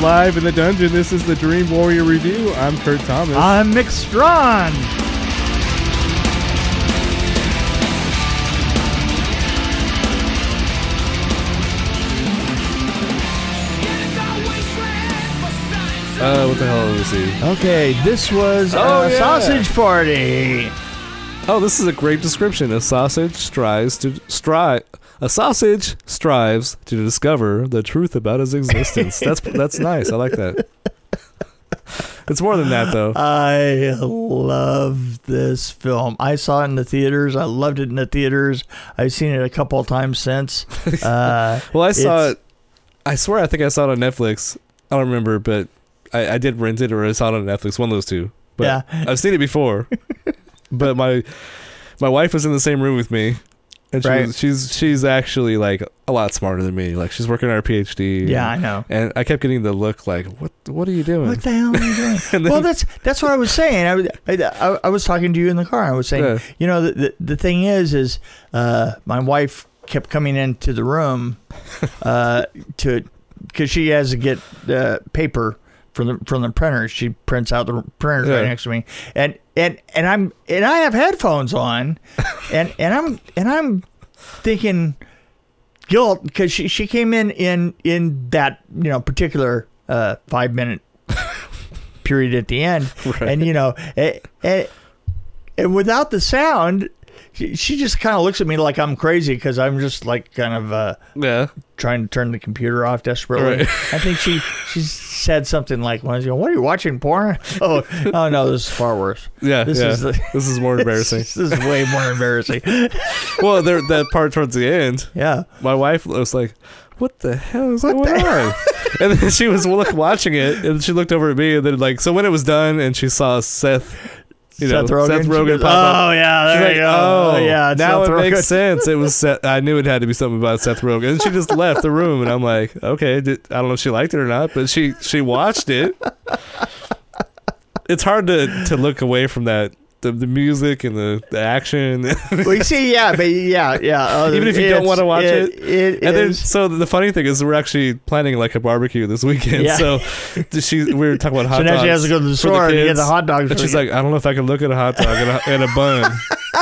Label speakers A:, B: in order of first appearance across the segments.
A: live in the dungeon. This is the Dream Warrior Review. I'm Kurt Thomas.
B: I'm Mick Strawn.
C: Uh, what the hell is he?
B: Okay, this was
C: Oh,
B: a
C: yeah.
B: sausage party.
C: Oh, this is a great description. A sausage strives to strive. A sausage strives to discover the truth about his existence. that's that's nice. I like that. It's more than that, though.
B: I love this film. I saw it in the theaters. I loved it in the theaters. I've seen it a couple of times since. Uh,
C: Well, I saw
B: it's-
C: it. I swear, I think I saw it on Netflix. I don't remember, but I, I did rent it or I saw it on Netflix. One of those two. But
B: yeah.
C: I've seen it before, but my my wife was in the same room with me, and she
B: Right.
C: was, she's she's actually like a lot smarter than me. Like she's working on her PhD.
B: Yeah, I know.
C: And I kept getting the look like, what What are you doing?
B: What the hell are you doing?
C: And
B: well,
C: then-
B: that's that's what I was saying. I was I, I, I was talking to you in the car. I was saying,
C: Yeah.
B: you know, the, the the thing is, is uh, my wife kept coming into the room uh, to because she has to get uh, paper from the from the printer. She prints out the printer right
C: Yeah.
B: next to me, and and and I'm and I have headphones on, and and I'm and I'm thinking guilt because she she came in in in that you know particular uh five minute period at the end
C: Right.
B: and you know it, it, and without the sound she, she just kind of looks at me like i'm crazy because i'm just like kind of uh
C: yeah.
B: trying to turn the computer off desperately
C: Right.
B: i think she she said something like "What are you watching porn oh oh no this is far worse
C: Yeah.
B: This
C: yeah.
B: is the-
C: this is more embarrassing.
B: this is way more embarrassing
C: well, there that part towards the end,
B: yeah
C: my wife was like, "What the hell is going on?" and then she was look, watching it, and she looked over at me, and then like, so when it was done, and she saw Seth, you know, Seth
B: she
C: Rogen
B: goes,
C: pop up.
B: Oh yeah,
C: She's
B: there
C: like,
B: you go.
C: oh,
B: yeah, it's
C: now
B: Seth
C: it
B: Rogen.
C: makes sense. It was Seth. I knew it had to be something about Seth Rogen, and she just left the room. And I'm like, okay, did, I don't know if she liked it or not, but she she watched it. It's hard to to look away from that the, the music and the, the action, and
B: We see, yeah, but yeah, yeah. oh,
C: Even if you don't
B: it's-
C: wanna watch
B: it, it
C: then
B: is.
C: so the funny thing is we're actually planning like a barbecue this weekend.
B: Yeah.
C: So she we were talking about hot
B: so now
C: dogs.
B: she has to go to the
C: for
B: store and get
C: kids.
B: the hot dogs.
C: And
B: for
C: she's
B: the-
C: like, I don't know if I can look at a hot dog and a, and a bun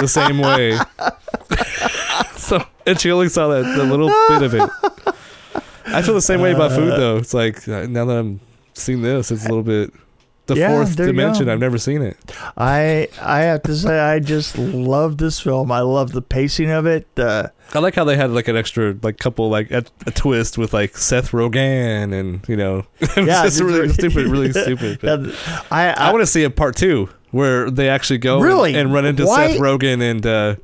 C: the same way. so, and she only saw that the little bit of it. I feel the same way about food, though. It's like uh, now that I'm seeing this, it's a little bit the
B: Yeah,
C: fourth
B: there you
C: dimension.
B: go.
C: I've never seen it.
B: I, I have to say, I just love this film. I love the pacing of it. Uh,
C: I like how they had like an extra like couple like a, a twist with like Seth Rogen and you know it was
B: Yeah,
C: just
B: just-
C: really stupid, really stupid. But
B: and I,
C: I want to see a part two where they actually go and-
B: Really?
C: and, run into
B: Why-
C: Seth Rogen and uh,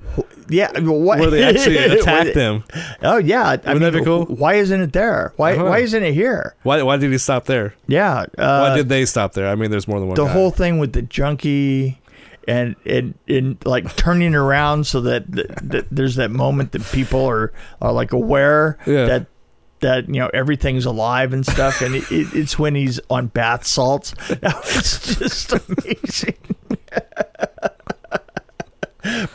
B: yeah, I mean, what,
C: where they actually attack them.
B: Oh yeah, I
C: Wouldn't
B: mean,
C: that be cool?
B: Why isn't it there? Why,
C: Uh-huh.
B: why isn't it here?
C: Why, why did he stop there?
B: Yeah, uh,
C: Why did they stop there? I mean, there's more than one.
B: the
C: guy.
B: whole thing with the junkie and and and like turning around so that, that, that there's that moment that people are are like aware
C: Yeah.
B: that that you know everything's alive and stuff and it, it, it's when he's on bath salts that was just amazing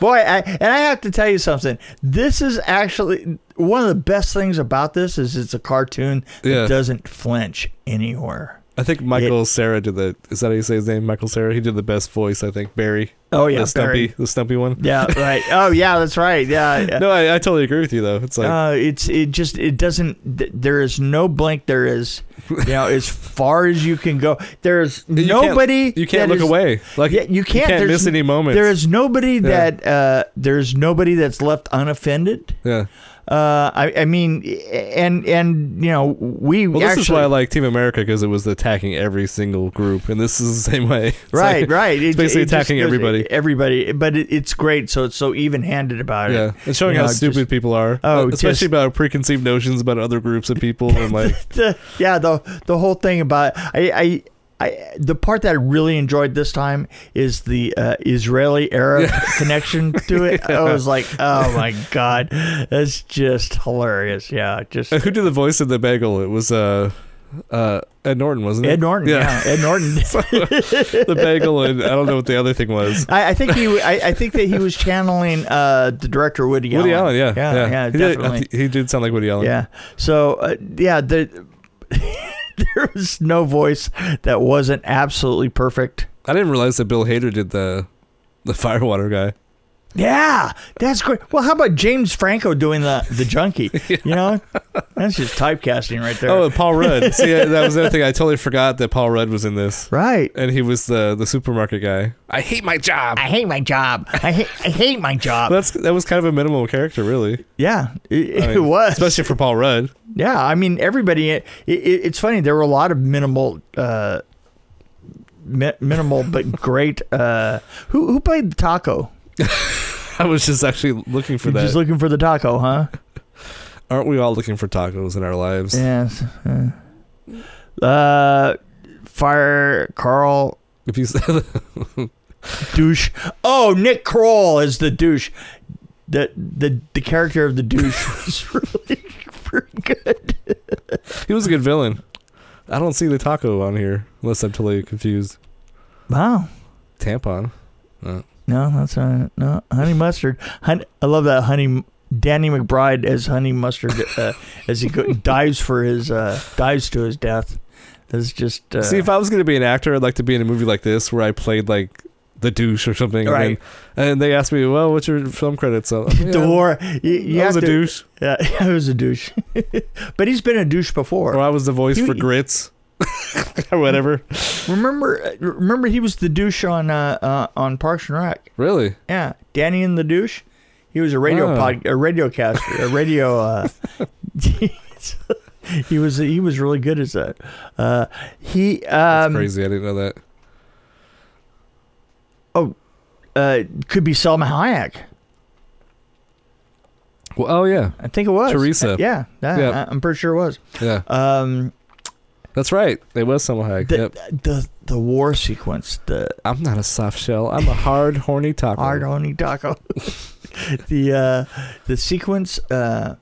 B: boy I, and i have to tell you something this is actually one of the best things about this is it's a cartoon that
C: Yeah.
B: doesn't flinch anywhere
C: I think Michael Sarah did the. Is that how you say his name? Michael Sarah. He did the best voice. I think Barry.
B: oh yeah
C: the Stumpy,
B: Barry.
C: the Stumpy one.
B: Yeah, right. Oh, yeah, that's right. Yeah. yeah.
C: No, I, I totally agree with you though. It's like
B: uh, it's it just it doesn't. Th- there is no blink. There is, you know, as far as you can go. There is
C: you can't-
B: nobody.
C: you can't
B: that
C: look
B: is-
C: away. Like
B: Yeah, you can't. there's
C: miss
B: n-
C: any moments.
B: There is nobody that uh, there's nobody that's left unaffended.
C: yeah.
B: Uh, I, I mean, and and you know, we
C: Well, this
B: actually,
C: is why I like Team America because it was attacking every single group, and this is the same way. It's
B: right,
C: like-
B: right. It-
C: It's basically
B: it just
C: attacking
B: goes-
C: everybody.
B: Everybody, but it, it's great. So it's so even-handed about it.
C: Yeah, and showing
B: You
C: how
B: know, just-
C: stupid people are,
B: Oh,
C: uh, especially
B: just-
C: about preconceived notions about other groups of people, and like
B: the yeah the the whole thing about I I. I, the part that I really enjoyed this time is the uh, Israeli Arab connection to it. I was like, oh my God, that's just hilarious. Yeah, just
C: Uh, who did the voice of the bagel? It was uh, uh, Ed Norton, wasn't it?
B: Ed Norton. Yeah, Ed Norton.
C: the bagel, and I don't know what the other thing was.
B: I, I think he, I, I think that he was channeling uh, the director Woody,
C: Woody Allen,
B: Allen.
C: yeah,
B: yeah,
C: he did,
B: definitely.
C: He did sound like Woody Allen.
B: Yeah. So uh, yeah, the there was no voice that wasn't absolutely perfect.
C: I didn't realize that Bill Hader did the the firewater guy.
B: Yeah, that's great. Well, how about James Franco doing the the junkie? You know, that's just typecasting right there.
C: Oh, and Paul Rudd. See, that was the other thing. I totally forgot that Paul Rudd was in this,
B: right.
C: and he was the the supermarket guy. I hate my job.
B: I hate my job. I hate I hate my job.
C: That's that was kind of a minimal character, really.
B: Yeah, it,
C: I
B: it
C: mean,
B: was.
C: especially for Paul Rudd.
B: Yeah, I mean everybody. It, it, it's funny. There were a lot of minimal, uh, mi- minimal but great. Uh, who who played the taco?
C: I was just actually looking for
B: You're
C: that.
B: Just looking for the taco, huh?
C: Aren't we all looking for tacos in our lives?
B: Yes. Uh, fire Carl
C: If you
B: douche. Oh, Nick Kroll is the douche. The the the character of the douche was really pretty good.
C: he was a good villain. I don't see the taco on here unless I'm totally confused.
B: Wow.
C: Tampon.
B: No, that's not no honey mustard. Honey, I love that honey. Danny McBride as honey mustard uh, as he go, dives for his uh, dives to his death. That's just uh,
C: See, if I was going to be an actor, I'd like to be in a movie like this where I played like the douche or something.
B: Right.
C: And, then- and they asked me, "Well, what's your film credits?" So,
B: the war. You, you
C: I
B: have
C: was a
B: to-
C: douche,
B: Yeah, I was a douche. but he's been a douche
C: or
B: before.
C: I was the voice
B: You-
C: for Grits, or whatever.
B: Remember, uh, remember he was the douche on uh, uh, on Parks and Rec.
C: Really?
B: Yeah, Danny and the douche. He was a radio
C: Wow.
B: pod, a radio caster, a radio. Uh, he was he was really good as that. Uh, he
C: That's
B: um,
C: crazy. I didn't know that.
B: uh, could be Selma Hayek.
C: Well, oh yeah,
B: I think it was
C: Teresa.
B: Yeah, yeah,
C: Yeah.
B: I, I'm pretty sure it was.
C: yeah.
B: Um,
C: That's right. It was Selma Hayek.
B: the,
C: yep.
B: the the war sequence, the
C: I'm not a soft shell. I'm a hard, horny taco.
B: hard honey taco. the uh, the sequence, uh,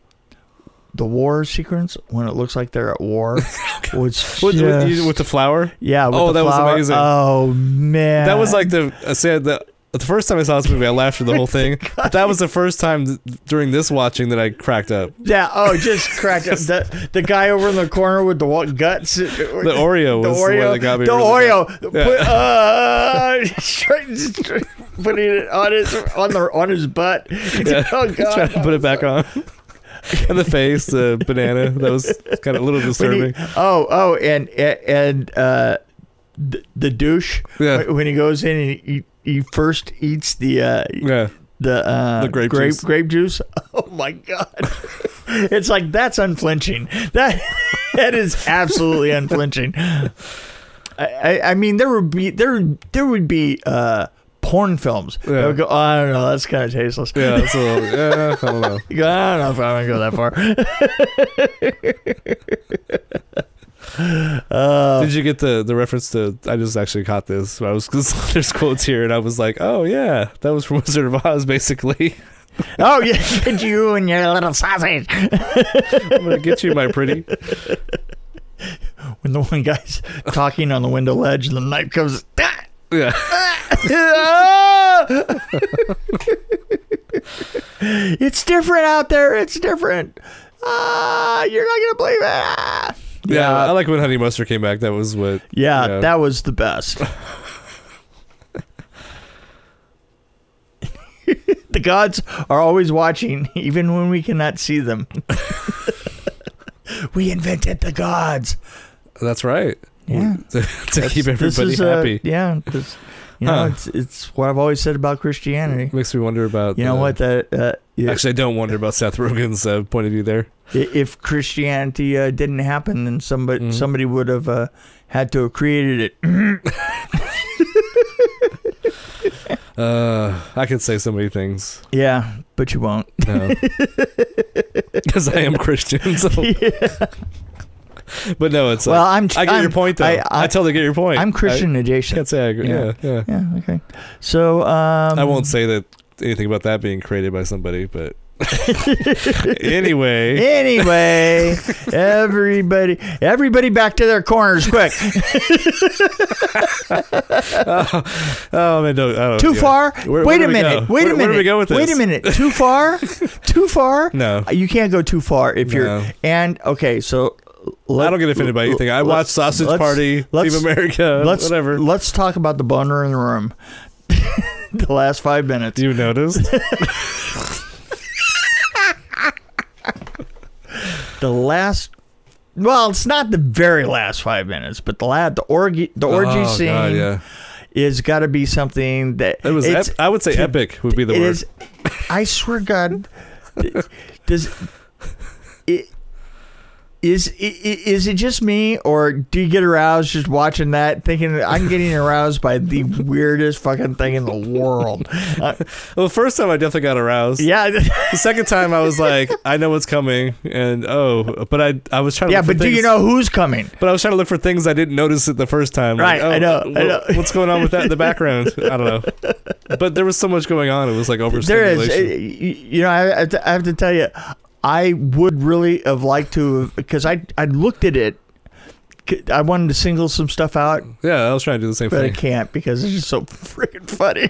B: the war sequence when it looks like they're at war.
C: With,
B: was
C: with-
B: just-
C: with the flower.
B: yeah. With
C: Oh,
B: the
C: that was
B: flower.
C: amazing.
B: Oh man,
C: That was like the I said the the first time I saw this movie, I laughed for the whole thing. But that was the first time th- during this watching that I cracked up.
B: yeah. Oh, just cracked up. The the guy over in the corner with the wa- guts. The
C: The Oreo was the, one that got me.
B: the
C: really bad.
B: Oreo, put, uh, straight- straight- putting it on his on the on his butt. Oh
C: Trying to
B: god!
C: put it back on. and the face, the banana. That was kind of a little
B: When he-
C: disturbing.
B: oh, oh, and and uh, the, the douche
C: Yeah.
B: when he goes in and he, he first eats the uh,
C: Yeah.
B: the uh,
C: The grape
B: grape
C: juice.
B: grape juice. Oh my god! it's like that's unflinching. That that is absolutely unflinching. I, I, I mean, there would be there there would be uh, porn films. that
C: Yeah.
B: would go, "Oh, I don't know. That's kind of tasteless.
C: Yeah. That's a little, yeah. I don't know.
B: You go, I don't know if I'm gonna go that far. uh,
C: Did you get the, the reference to? I just actually caught this. I was 'cause there's quotes here, and I was like, oh yeah, that was from Wizard of Oz, basically.
B: oh yeah, you and your little sausage.
C: I'm gonna get you, my pretty.
B: When the one guy's talking on the window ledge, and the knife comes. "Ah!"
C: Yeah.
B: it's different out there. It's different. Ah, you're not gonna believe it. Ah.
C: Yeah, I like when Honey Mustard came back. That was what.
B: yeah,
C: yeah.
B: that was the best. the gods are always watching, even when we cannot see them. we invented the gods.
C: That's right.
B: Yeah.
C: to keep
B: This
C: everybody
B: is, uh,
C: happy.
B: yeah, this, you
C: Huh.
B: know, it's it's what I've always said about Christianity.
C: Makes me wonder about.
B: You know
C: the-
B: what? That uh, it-
C: Actually, I don't wonder about Seth Rogen's uh, point of view there.
B: I- if Christianity uh, didn't happen, then somebody
C: Mhm.
B: somebody would have uh, had to have created it.
C: Uh, I could say so many things.
B: yeah, but you won't.
C: No. Because I am Christian. So. But no, it's.
B: well,
C: Well,
B: I'm.
C: I get
B: I'm,
C: your point, though.
B: I,
C: I,
B: I,
C: totally get your point.
B: am Christian
C: I
B: adjacent.
C: can't say I agree.
B: Yeah.
C: Yeah, yeah.
B: Yeah. Okay. So um,
C: I won't say that anything about that being created by somebody, but. anyway.
B: Anyway, everybody, everybody, back to their corners, quick.
C: Oh, man. No, oh,
B: Too
C: yeah.
B: far.
C: Where-
B: wait
C: where do
B: a
C: we
B: minute.
C: go?
B: Wait
C: Where-
B: a minute.
C: where do we go with
B: Wait a
C: this?
B: minute. Too far. too far.
C: No.
B: You can't go too far if you're
C: No.
B: and okay. So Let-
C: I don't get offended by anything. I
B: let-
C: watch Sausage
B: let's-
C: Party,
B: let's-
C: Team America,
B: let's
C: whatever.
B: let's talk about the boner in the room. the last five minutes.
C: you noticed?
B: The last. Well, it's not the very last five minutes, but the la- the orgy the orgy
C: oh,
B: scene
C: God, yeah.
B: is got to be something that
C: It was.
B: it's-
C: Ep- I would say
B: to-
C: epic would be the
B: it
C: word.
B: is- I swear, to God, th- does it is i- i- is it just me or do you get aroused just watching that, thinking I'm getting aroused by the weirdest fucking thing in the world? Uh,
C: Well, the first time I definitely got aroused.
B: yeah,
C: The second time I was like, I know what's coming, and oh, but I I was trying. To
B: yeah,
C: look for
B: but do you
C: things-
B: know who's coming?
C: But I was trying to look for things I didn't notice it the first time.
B: Right,
C: Like,
B: I
C: oh,
B: know, I
C: wh-
B: know.
C: What's going on with that in the background? I don't know. But there was so much going on. It was like
B: There
C: overstimulation.
B: is, uh, y- you know, I I have to, I have to tell you, I would really have liked to have because I I looked at it. C- I wanted to single some stuff out,
C: yeah, I was trying to do the same
B: but I
C: thing.
B: can't because it's just so freaking funny.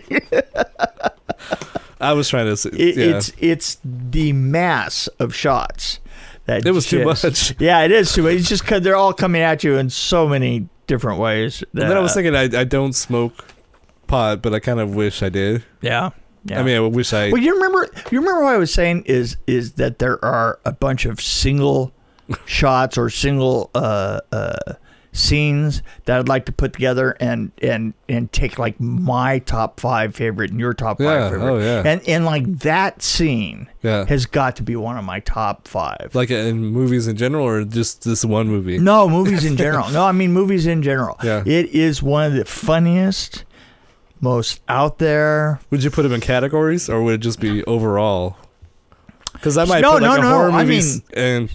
C: I was trying to. s-
B: It,
C: yeah.
B: It's it's the mass of shots that
C: It was too
B: just-
C: much.
B: Yeah, it is too much. It's just because they're all coming at you in so many different ways.
C: And then I was
B: that-
C: thinking, I, I don't smoke pot, but I kind of wish I did.
B: yeah, yeah.
C: I mean, I wish I.
B: well, you remember you remember what I was saying is is that there are a bunch of single shots or single uh, uh, scenes that I'd like to put together and and and take like my top five favorite and your top
C: yeah.
B: five favorite.
C: Oh yeah.
B: And and like that scene
C: yeah.
B: has got to be one of my top five.
C: like in movies in general, or just this one movie.
B: No, movies in general. No, I mean movies in general.
C: Yeah.
B: It is one of the funniest, most out there.
C: Would you put them in categories, or would it just be overall? Because I might
B: No,
C: put like a
B: no, no,
C: horror
B: I
C: movie
B: mean-
C: and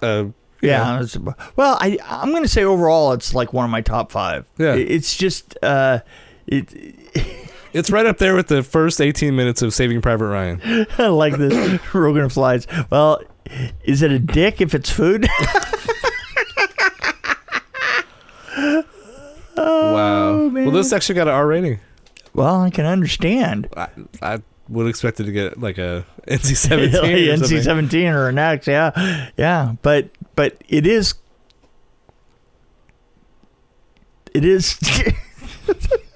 C: uh,
B: Yeah. it's- Well, I I'm gonna say overall it's like one of my top five.
C: Yeah.
B: It- It's just uh, it
C: it's right up there with the first 18 minutes of Saving Private Ryan.
B: I like this Rogan flies. Well, is it a dick if it's food?
C: wow.
B: man.
C: Well, this actually got an R rating.
B: well, I can understand.
C: I, I would expect it to get like a NC-17. or
B: NC
C: something.
B: seventeen or an X, yeah, yeah. But but it is, it is,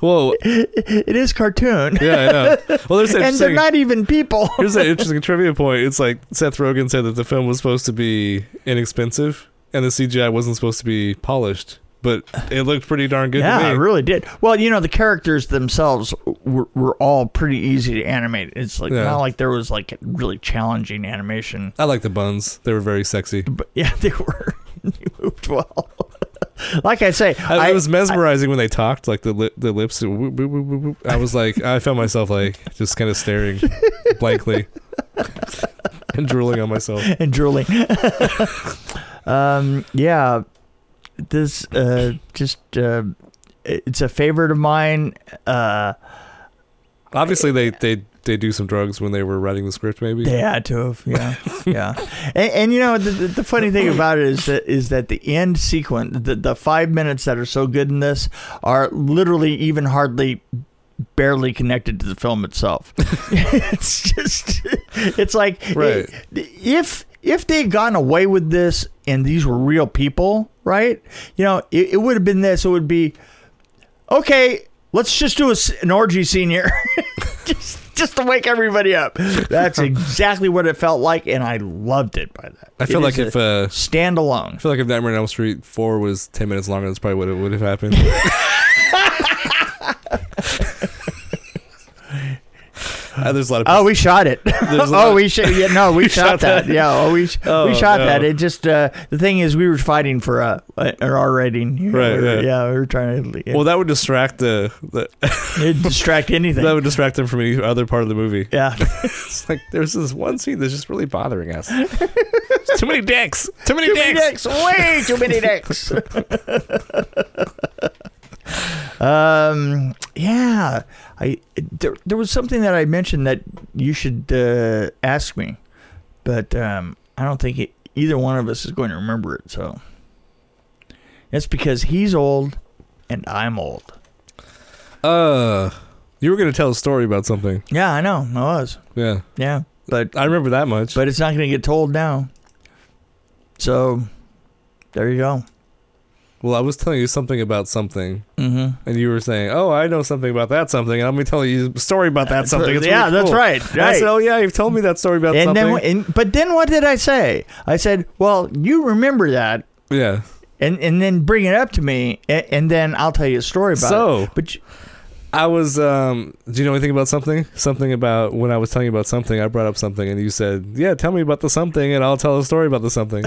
C: Whoa.
B: it is cartoon,
C: Yeah, I know. Well, there's an
B: and they're
C: interesting.
B: not even people.
C: Here's an interesting trivia point. It's like Seth Rogen said that the film was supposed to be inexpensive, and the CGI wasn't supposed to be polished, but it looked pretty darn good to
B: yeah,
C: me.
B: it really did. Well, you know, the characters themselves were, were all pretty easy to animate. It's like
C: Yeah.
B: not like there was like really challenging animation.
C: I like the buns. They were very sexy.
B: But yeah, they were they moved well. like I say,
C: I,
B: I,
C: it was mesmerizing when they talked, like the lip, the lips. whoop, whoop, whoop, whoop, whoop. I was like, I found myself like just kind of staring blankly and drooling on myself.
B: and drooling. um, yeah, this uh, just uh, it's a favorite of mine. Uh,
C: Obviously, they they they do some drugs when they were writing the script, maybe.
B: they had to have, yeah, yeah. And, and you know the, the, the funny thing about it is that is that the end sequence, the the five minutes that are so good in this are literally even hardly. Barely connected to the film itself. it's just, it's like
C: Right.
B: if if they had gotten away with this and these were real people, right? You know, it, it would have been this. It would be okay. Let's just do a s an orgy scene here, just just to wake everybody up. That's exactly what it felt like, and I loved it by that.
C: I feel
B: It
C: like
B: is
C: if
B: a
C: uh, I
B: standalone.
C: feel like if Nightmare on Elm Street four was ten minutes longer, that's probably what it would have happened. Uh, there's a lot of
B: Oh, we shot it.
C: There's a
B: oh,
C: lot-
B: we shot. Yeah, no, we, shot, that. Yeah, oh, we sh-
C: Oh,
B: we shot
C: no.
B: that. It just uh, the thing is, we were fighting for a an R rating. You know,
C: Right,
B: we were-
C: right.
B: Yeah, we were trying to.
C: well, that would distract the, the
B: it'd distract anything.
C: that would distract them from any other part of the movie.
B: yeah.
C: It's like there's this one scene that's just really bothering us. too many dicks. Too many dicks.
B: Way too many dicks. um, yeah, I there, there was something that I mentioned that you should uh, ask me, but um, I don't think it, either one of us is going to remember it. So that's because he's old and I'm old.
C: Uh, you were gonna tell a story about something.
B: Yeah, I know. I was.
C: Yeah,
B: Yeah, but
C: I remember that much.
B: but it's not going to get told now. So there you go.
C: Well, I was telling you something about something,
B: Mm-hmm.
C: and you were saying, "Oh, I know something about that something," and I'm gonna tell you a story about that something. It's
B: Uh, yeah,
C: really
B: that's
C: cool.
B: right.
C: And I
B: right.
C: said, "Oh yeah, you've told me that story about
B: and
C: something."
B: then, and, but then what did I say? I said, "Well, you remember that,
C: yeah.
B: and and then bring it up to me, and, and then I'll tell you a story about it."
C: So
B: But you-
C: I was. Um, do you know anything about something? Something about when I was telling you about something, I brought up something, and you said, "Yeah, tell me about the something, and I'll tell a story about the something."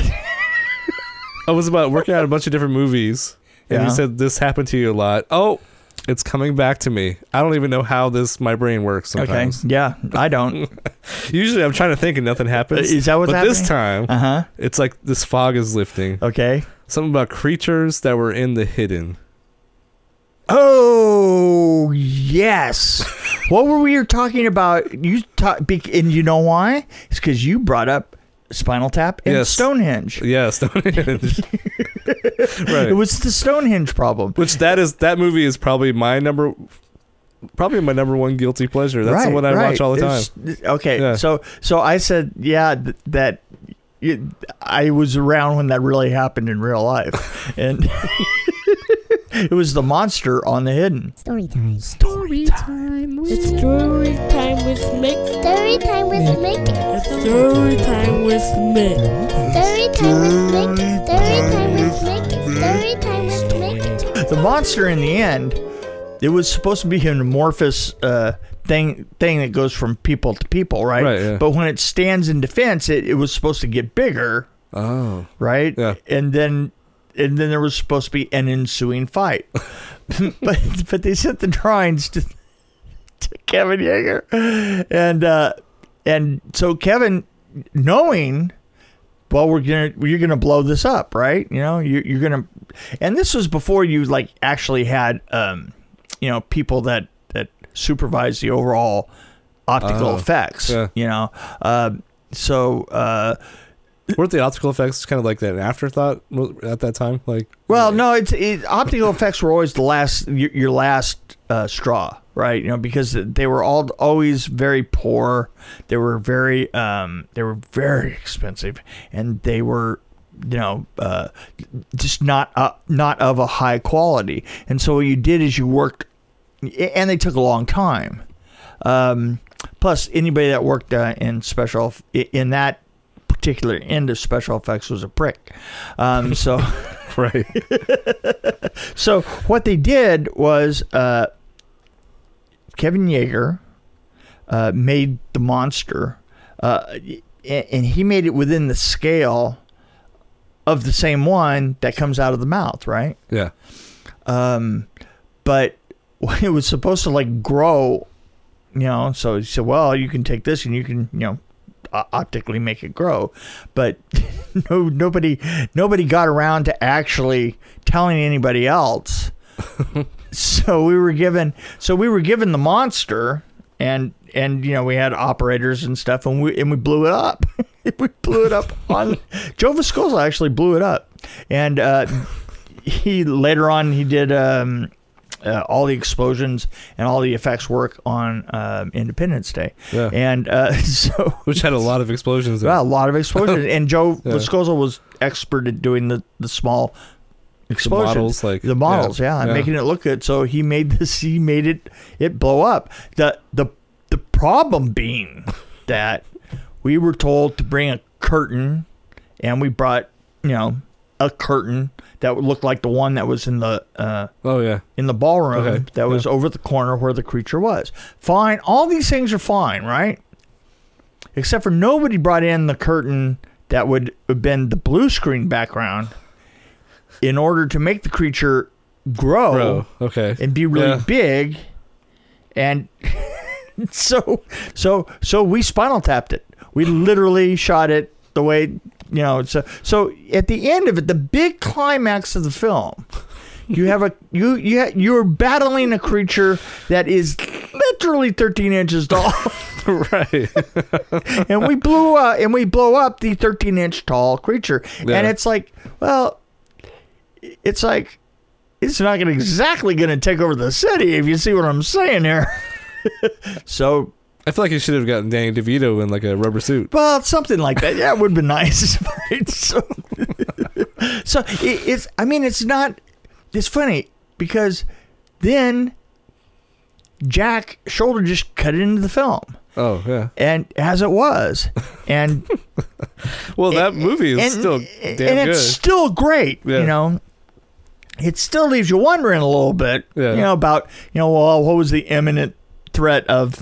C: I was about working out a bunch of different movies, and
B: Yeah.
C: you said this happened to you a lot. Oh, it's coming back to me. I don't even know how this my brain works.
B: okay,
C: Sometimes.
B: yeah, I don't.
C: Usually, I'm trying to think and nothing happens.
B: Is that what's
C: but
B: happening?
C: this time,
B: Uh huh.
C: it's like this fog is lifting.
B: Okay.
C: Something about creatures that were in the hidden.
B: Oh yes. what were we talking about? You ta- bec and you know why? It's because you brought up Spinal Tap and
C: Yes.
B: Stonehenge.
C: Yeah, Stonehenge. right.
B: It was the Stonehenge problem.
C: Which that is that movie is probably my number, probably my number one guilty pleasure. That's the
B: Right,
C: one I watch
B: right.
C: all the time.
B: It's- okay,
C: Yeah.
B: so so I said, yeah, th- that it, I was around when that really happened in real life, and it was the monster on the hidden.
D: Story time. Story time. It's story time with Mick.
E: Story time with Mick.
D: It's story time with Mick.
E: Story time with Mick. Story time with Mick. Story time with Mick.
B: The monster in the end, it was supposed to be an amorphous uh, thing thing that goes from people to people, right?
C: Right, yeah.
B: But when it stands in defense, it, it was supposed to get bigger,
C: Oh,
B: right?
C: Yeah.
B: And then and then there was supposed to be an ensuing fight. but but they sent the drawings to, to Kevin Yeager. And uh and so Kevin knowing well we're gonna you're gonna blow this up, right? You know, you you're gonna and this was before you like actually had um you know, people that that supervise the overall optical
C: Oh,
B: effects.
C: yeah.
B: You know. Uh, so uh
C: weren't the optical effects kind of like that afterthought mo- at that time? Like,
B: Well, no, it's it, optical effects were always the last your, your last uh, straw, right? You know, because they were all always very poor. They were very um, they were very expensive, and they were you know uh, just not uh, not of a high quality. And so what you did is you worked, and they took a long time. Um, plus, anybody that worked uh, in special in that particular end of special effects was a prick. Um, so.
C: right?
B: So what they did was uh, Kevin Yeager uh, made the monster, uh, and, and he made it within the scale of the same one that comes out of the mouth, right?
C: Yeah.
B: Um, but it was supposed to like grow, you know. So he said, "Well, you can take this and you can, you know." o- optically make it grow but no nobody nobody got around to actually telling anybody else so we were given so we were given the monster and and you know we had operators and stuff and we and we blew it up we blew it up on joe viscosa actually blew it up and uh he later on he did um uh, all the explosions and all the effects work on um, Independence Day,
C: Yeah.
B: and uh, so
C: Which had a lot of explosions. in it.
B: yeah, a lot of explosions. and Joe
C: Yeah.
B: Viscosa was expert at doing the, the small
C: The
B: explosions.
C: models, like
B: The models, yeah, and making it look good. So he made this. He made it. It blow up. the the The problem being that we were told to bring a curtain, and we brought you know a curtain that would look like the one that was in the uh,
C: Oh yeah,
B: in the ballroom
C: Okay,
B: that was over the corner where the creature was. Fine. All these things are fine, right? Except for nobody brought in the curtain that would have been the blue screen background in order to make the creature grow
C: bro. Okay.
B: and be really
C: Yeah.
B: big. And so, so, so we spinal tapped it. We literally shot it the way, you know, so, so at the end of it, the big climax of the film, you have a, you, you, ha- you're battling a creature that is literally 13 inches tall.
C: right.
B: and we blew up, and we blow up the 13 inch tall creature.
C: Yeah.
B: And it's like, well, it's like, it's not gonna exactly going to take over the city, if you see what I'm saying here. so
C: I feel like you should have gotten Danny DeVito in like a rubber suit.
B: Well, something like that. Yeah, it would have been nice. right? So, so it, it's. I mean, it's not. It's funny because then Jack Shoulder just cut it into the film,
C: Oh yeah.
B: and as it was, and
C: Well, that movie is
B: and,
C: still
B: and
C: damn
B: it's
C: good.
B: still great.
C: Yeah.
B: You know, it still leaves you wondering a little bit.
C: Yeah.
B: You know about you know well what was the imminent threat of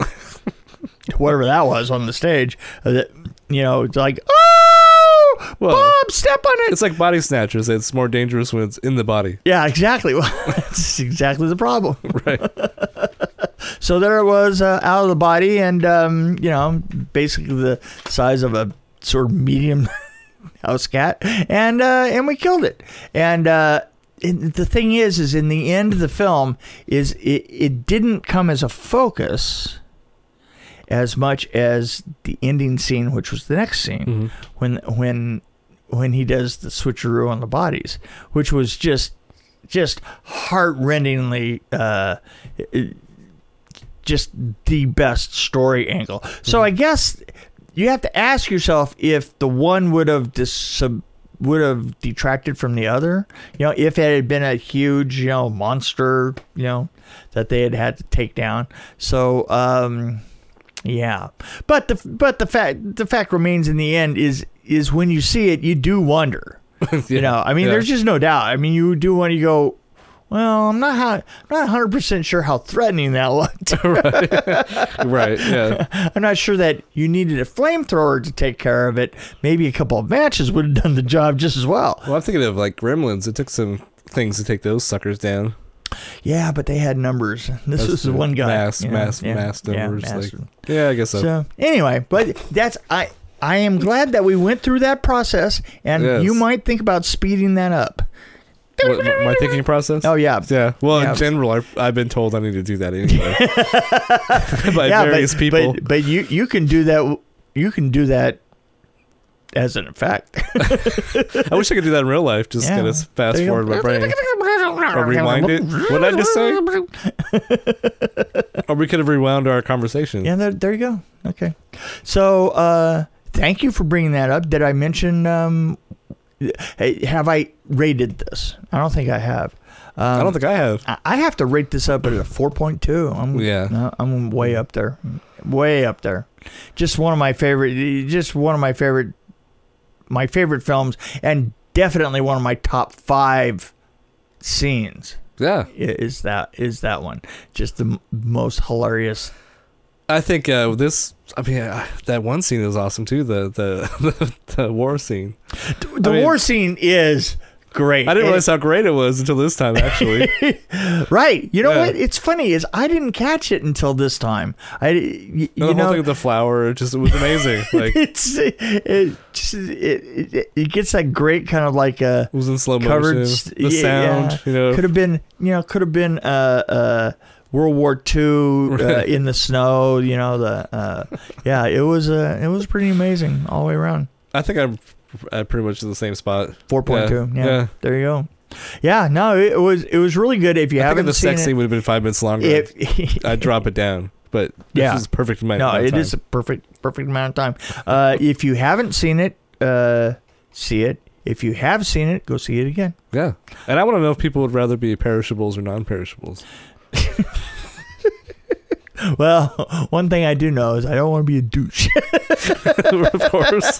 B: whatever that was on the stage uh, that you know it's like oh
C: Well,
B: Bob step on it.
C: It's like body snatchers. It's more dangerous when it's in the body.
B: Yeah, exactly. Well, that's exactly the problem.
C: Right.
B: So there it was, uh, out of the body, and um, you know, basically the size of a sort of medium house cat, and uh, and we killed it. And uh, it, the thing is, is in the end of the film, is it, it didn't come as a focus as much as the ending scene, which was the next scene
C: Mhm.
B: when when when he does the switcheroo on the bodies, which was just just heartrendingly uh, it- just the best story angle. So
C: Mhm.
B: I guess you have to ask yourself if the one would have dis- would have detracted from the other. You know, if it had been a huge you know monster, you know that they had had to take down. So. um yeah, but the but the fact the fact remains in the end is is when you see it, you do wonder. You know, I mean,
C: Yeah.
B: there's just no doubt. I mean, you do want to go. Well, I'm not how, not 100 percent sure how threatening that looked.
C: right. Yeah.
B: I'm not sure that you needed a flamethrower to take care of it. Maybe a couple of matches would have done the job just as well.
C: Well, I'm thinking of like Gremlins. It took some things to take those suckers down.
B: Yeah, but they had numbers. This
C: Those
B: was the one guy.
C: Mass,
B: you know,
C: mass,
B: yeah,
C: mass
B: yeah,
C: numbers.
B: mass.
C: like, yeah, I guess so.
B: So anyway, but that's I. I am glad that we went through that process, and
C: Yes.
B: you might think about speeding that up.
C: What- what- my thinking process.
B: Oh yeah,
C: Yeah. Well,
B: Yeah.
C: in general, I, I've been told I need to do that anyway by
B: yeah,
C: various
B: but,
C: people.
B: But, but you you can do that. You can do that as an effect.
C: I wish I could do that in real life. Just
B: Yeah.
C: kind of fast
B: There you
C: forward my brain or rewind it. What did I just say? or we could have rewound our conversation.
B: yeah, there, there you go. Okay, so uh, thank you for bringing that up. Did I mention? Um, hey, have I rated this? I don't think I have. Um,
C: I don't think I have.
B: I I have to rate this up at a 4.2. I'm
C: Yeah.
B: no, I'm way up there, way up there. Just one of my favorite, just one of my favorite, my favorite films, and definitely one of my top five scenes
C: Yeah.
B: i- is that is that one. Just the m- most hilarious.
C: I think uh, this. I mean, uh, that one scene is awesome too. The the the, war scene.
B: The
C: I mean-
B: war scene is great.
C: I didn't
B: It-
C: realize how great it was until this time. Actually,
B: right. You know
C: Yeah.
B: what? It's funny is I didn't catch it until this time. I y-
C: the
B: you
C: whole
B: know
C: thing with the flower it just it was amazing. like it
B: it's it just it, it, it gets that great kind of like a
C: was in slow
B: covered
C: motion.
B: s-
C: The
B: yeah,
C: sound,
B: yeah.
C: you know.
B: could have been you know could have been uh uh World War II uh,
C: Right.
B: in the snow you know the uh yeah it was uh it was pretty amazing all the way around
C: I think I'm at pretty much the same spot.
B: 4.2 yeah,
C: Yeah, yeah.
B: there you go yeah no it was it was really good if you
C: I think
B: haven't
C: if the
B: seen
C: sex
B: it,
C: scene would have been five minutes longer,
B: if
C: I'd drop it down. But this
B: Yeah.
C: is perfect. amount
B: no
C: of
B: it
C: time.
B: is a perfect perfect amount of time uh if you haven't seen it uh see it if you have seen it go see it again
C: Yeah, and I want to know if people would rather be perishables or non-perishables.
B: Well, one thing I do know is I don't want to be a douche.
C: of course.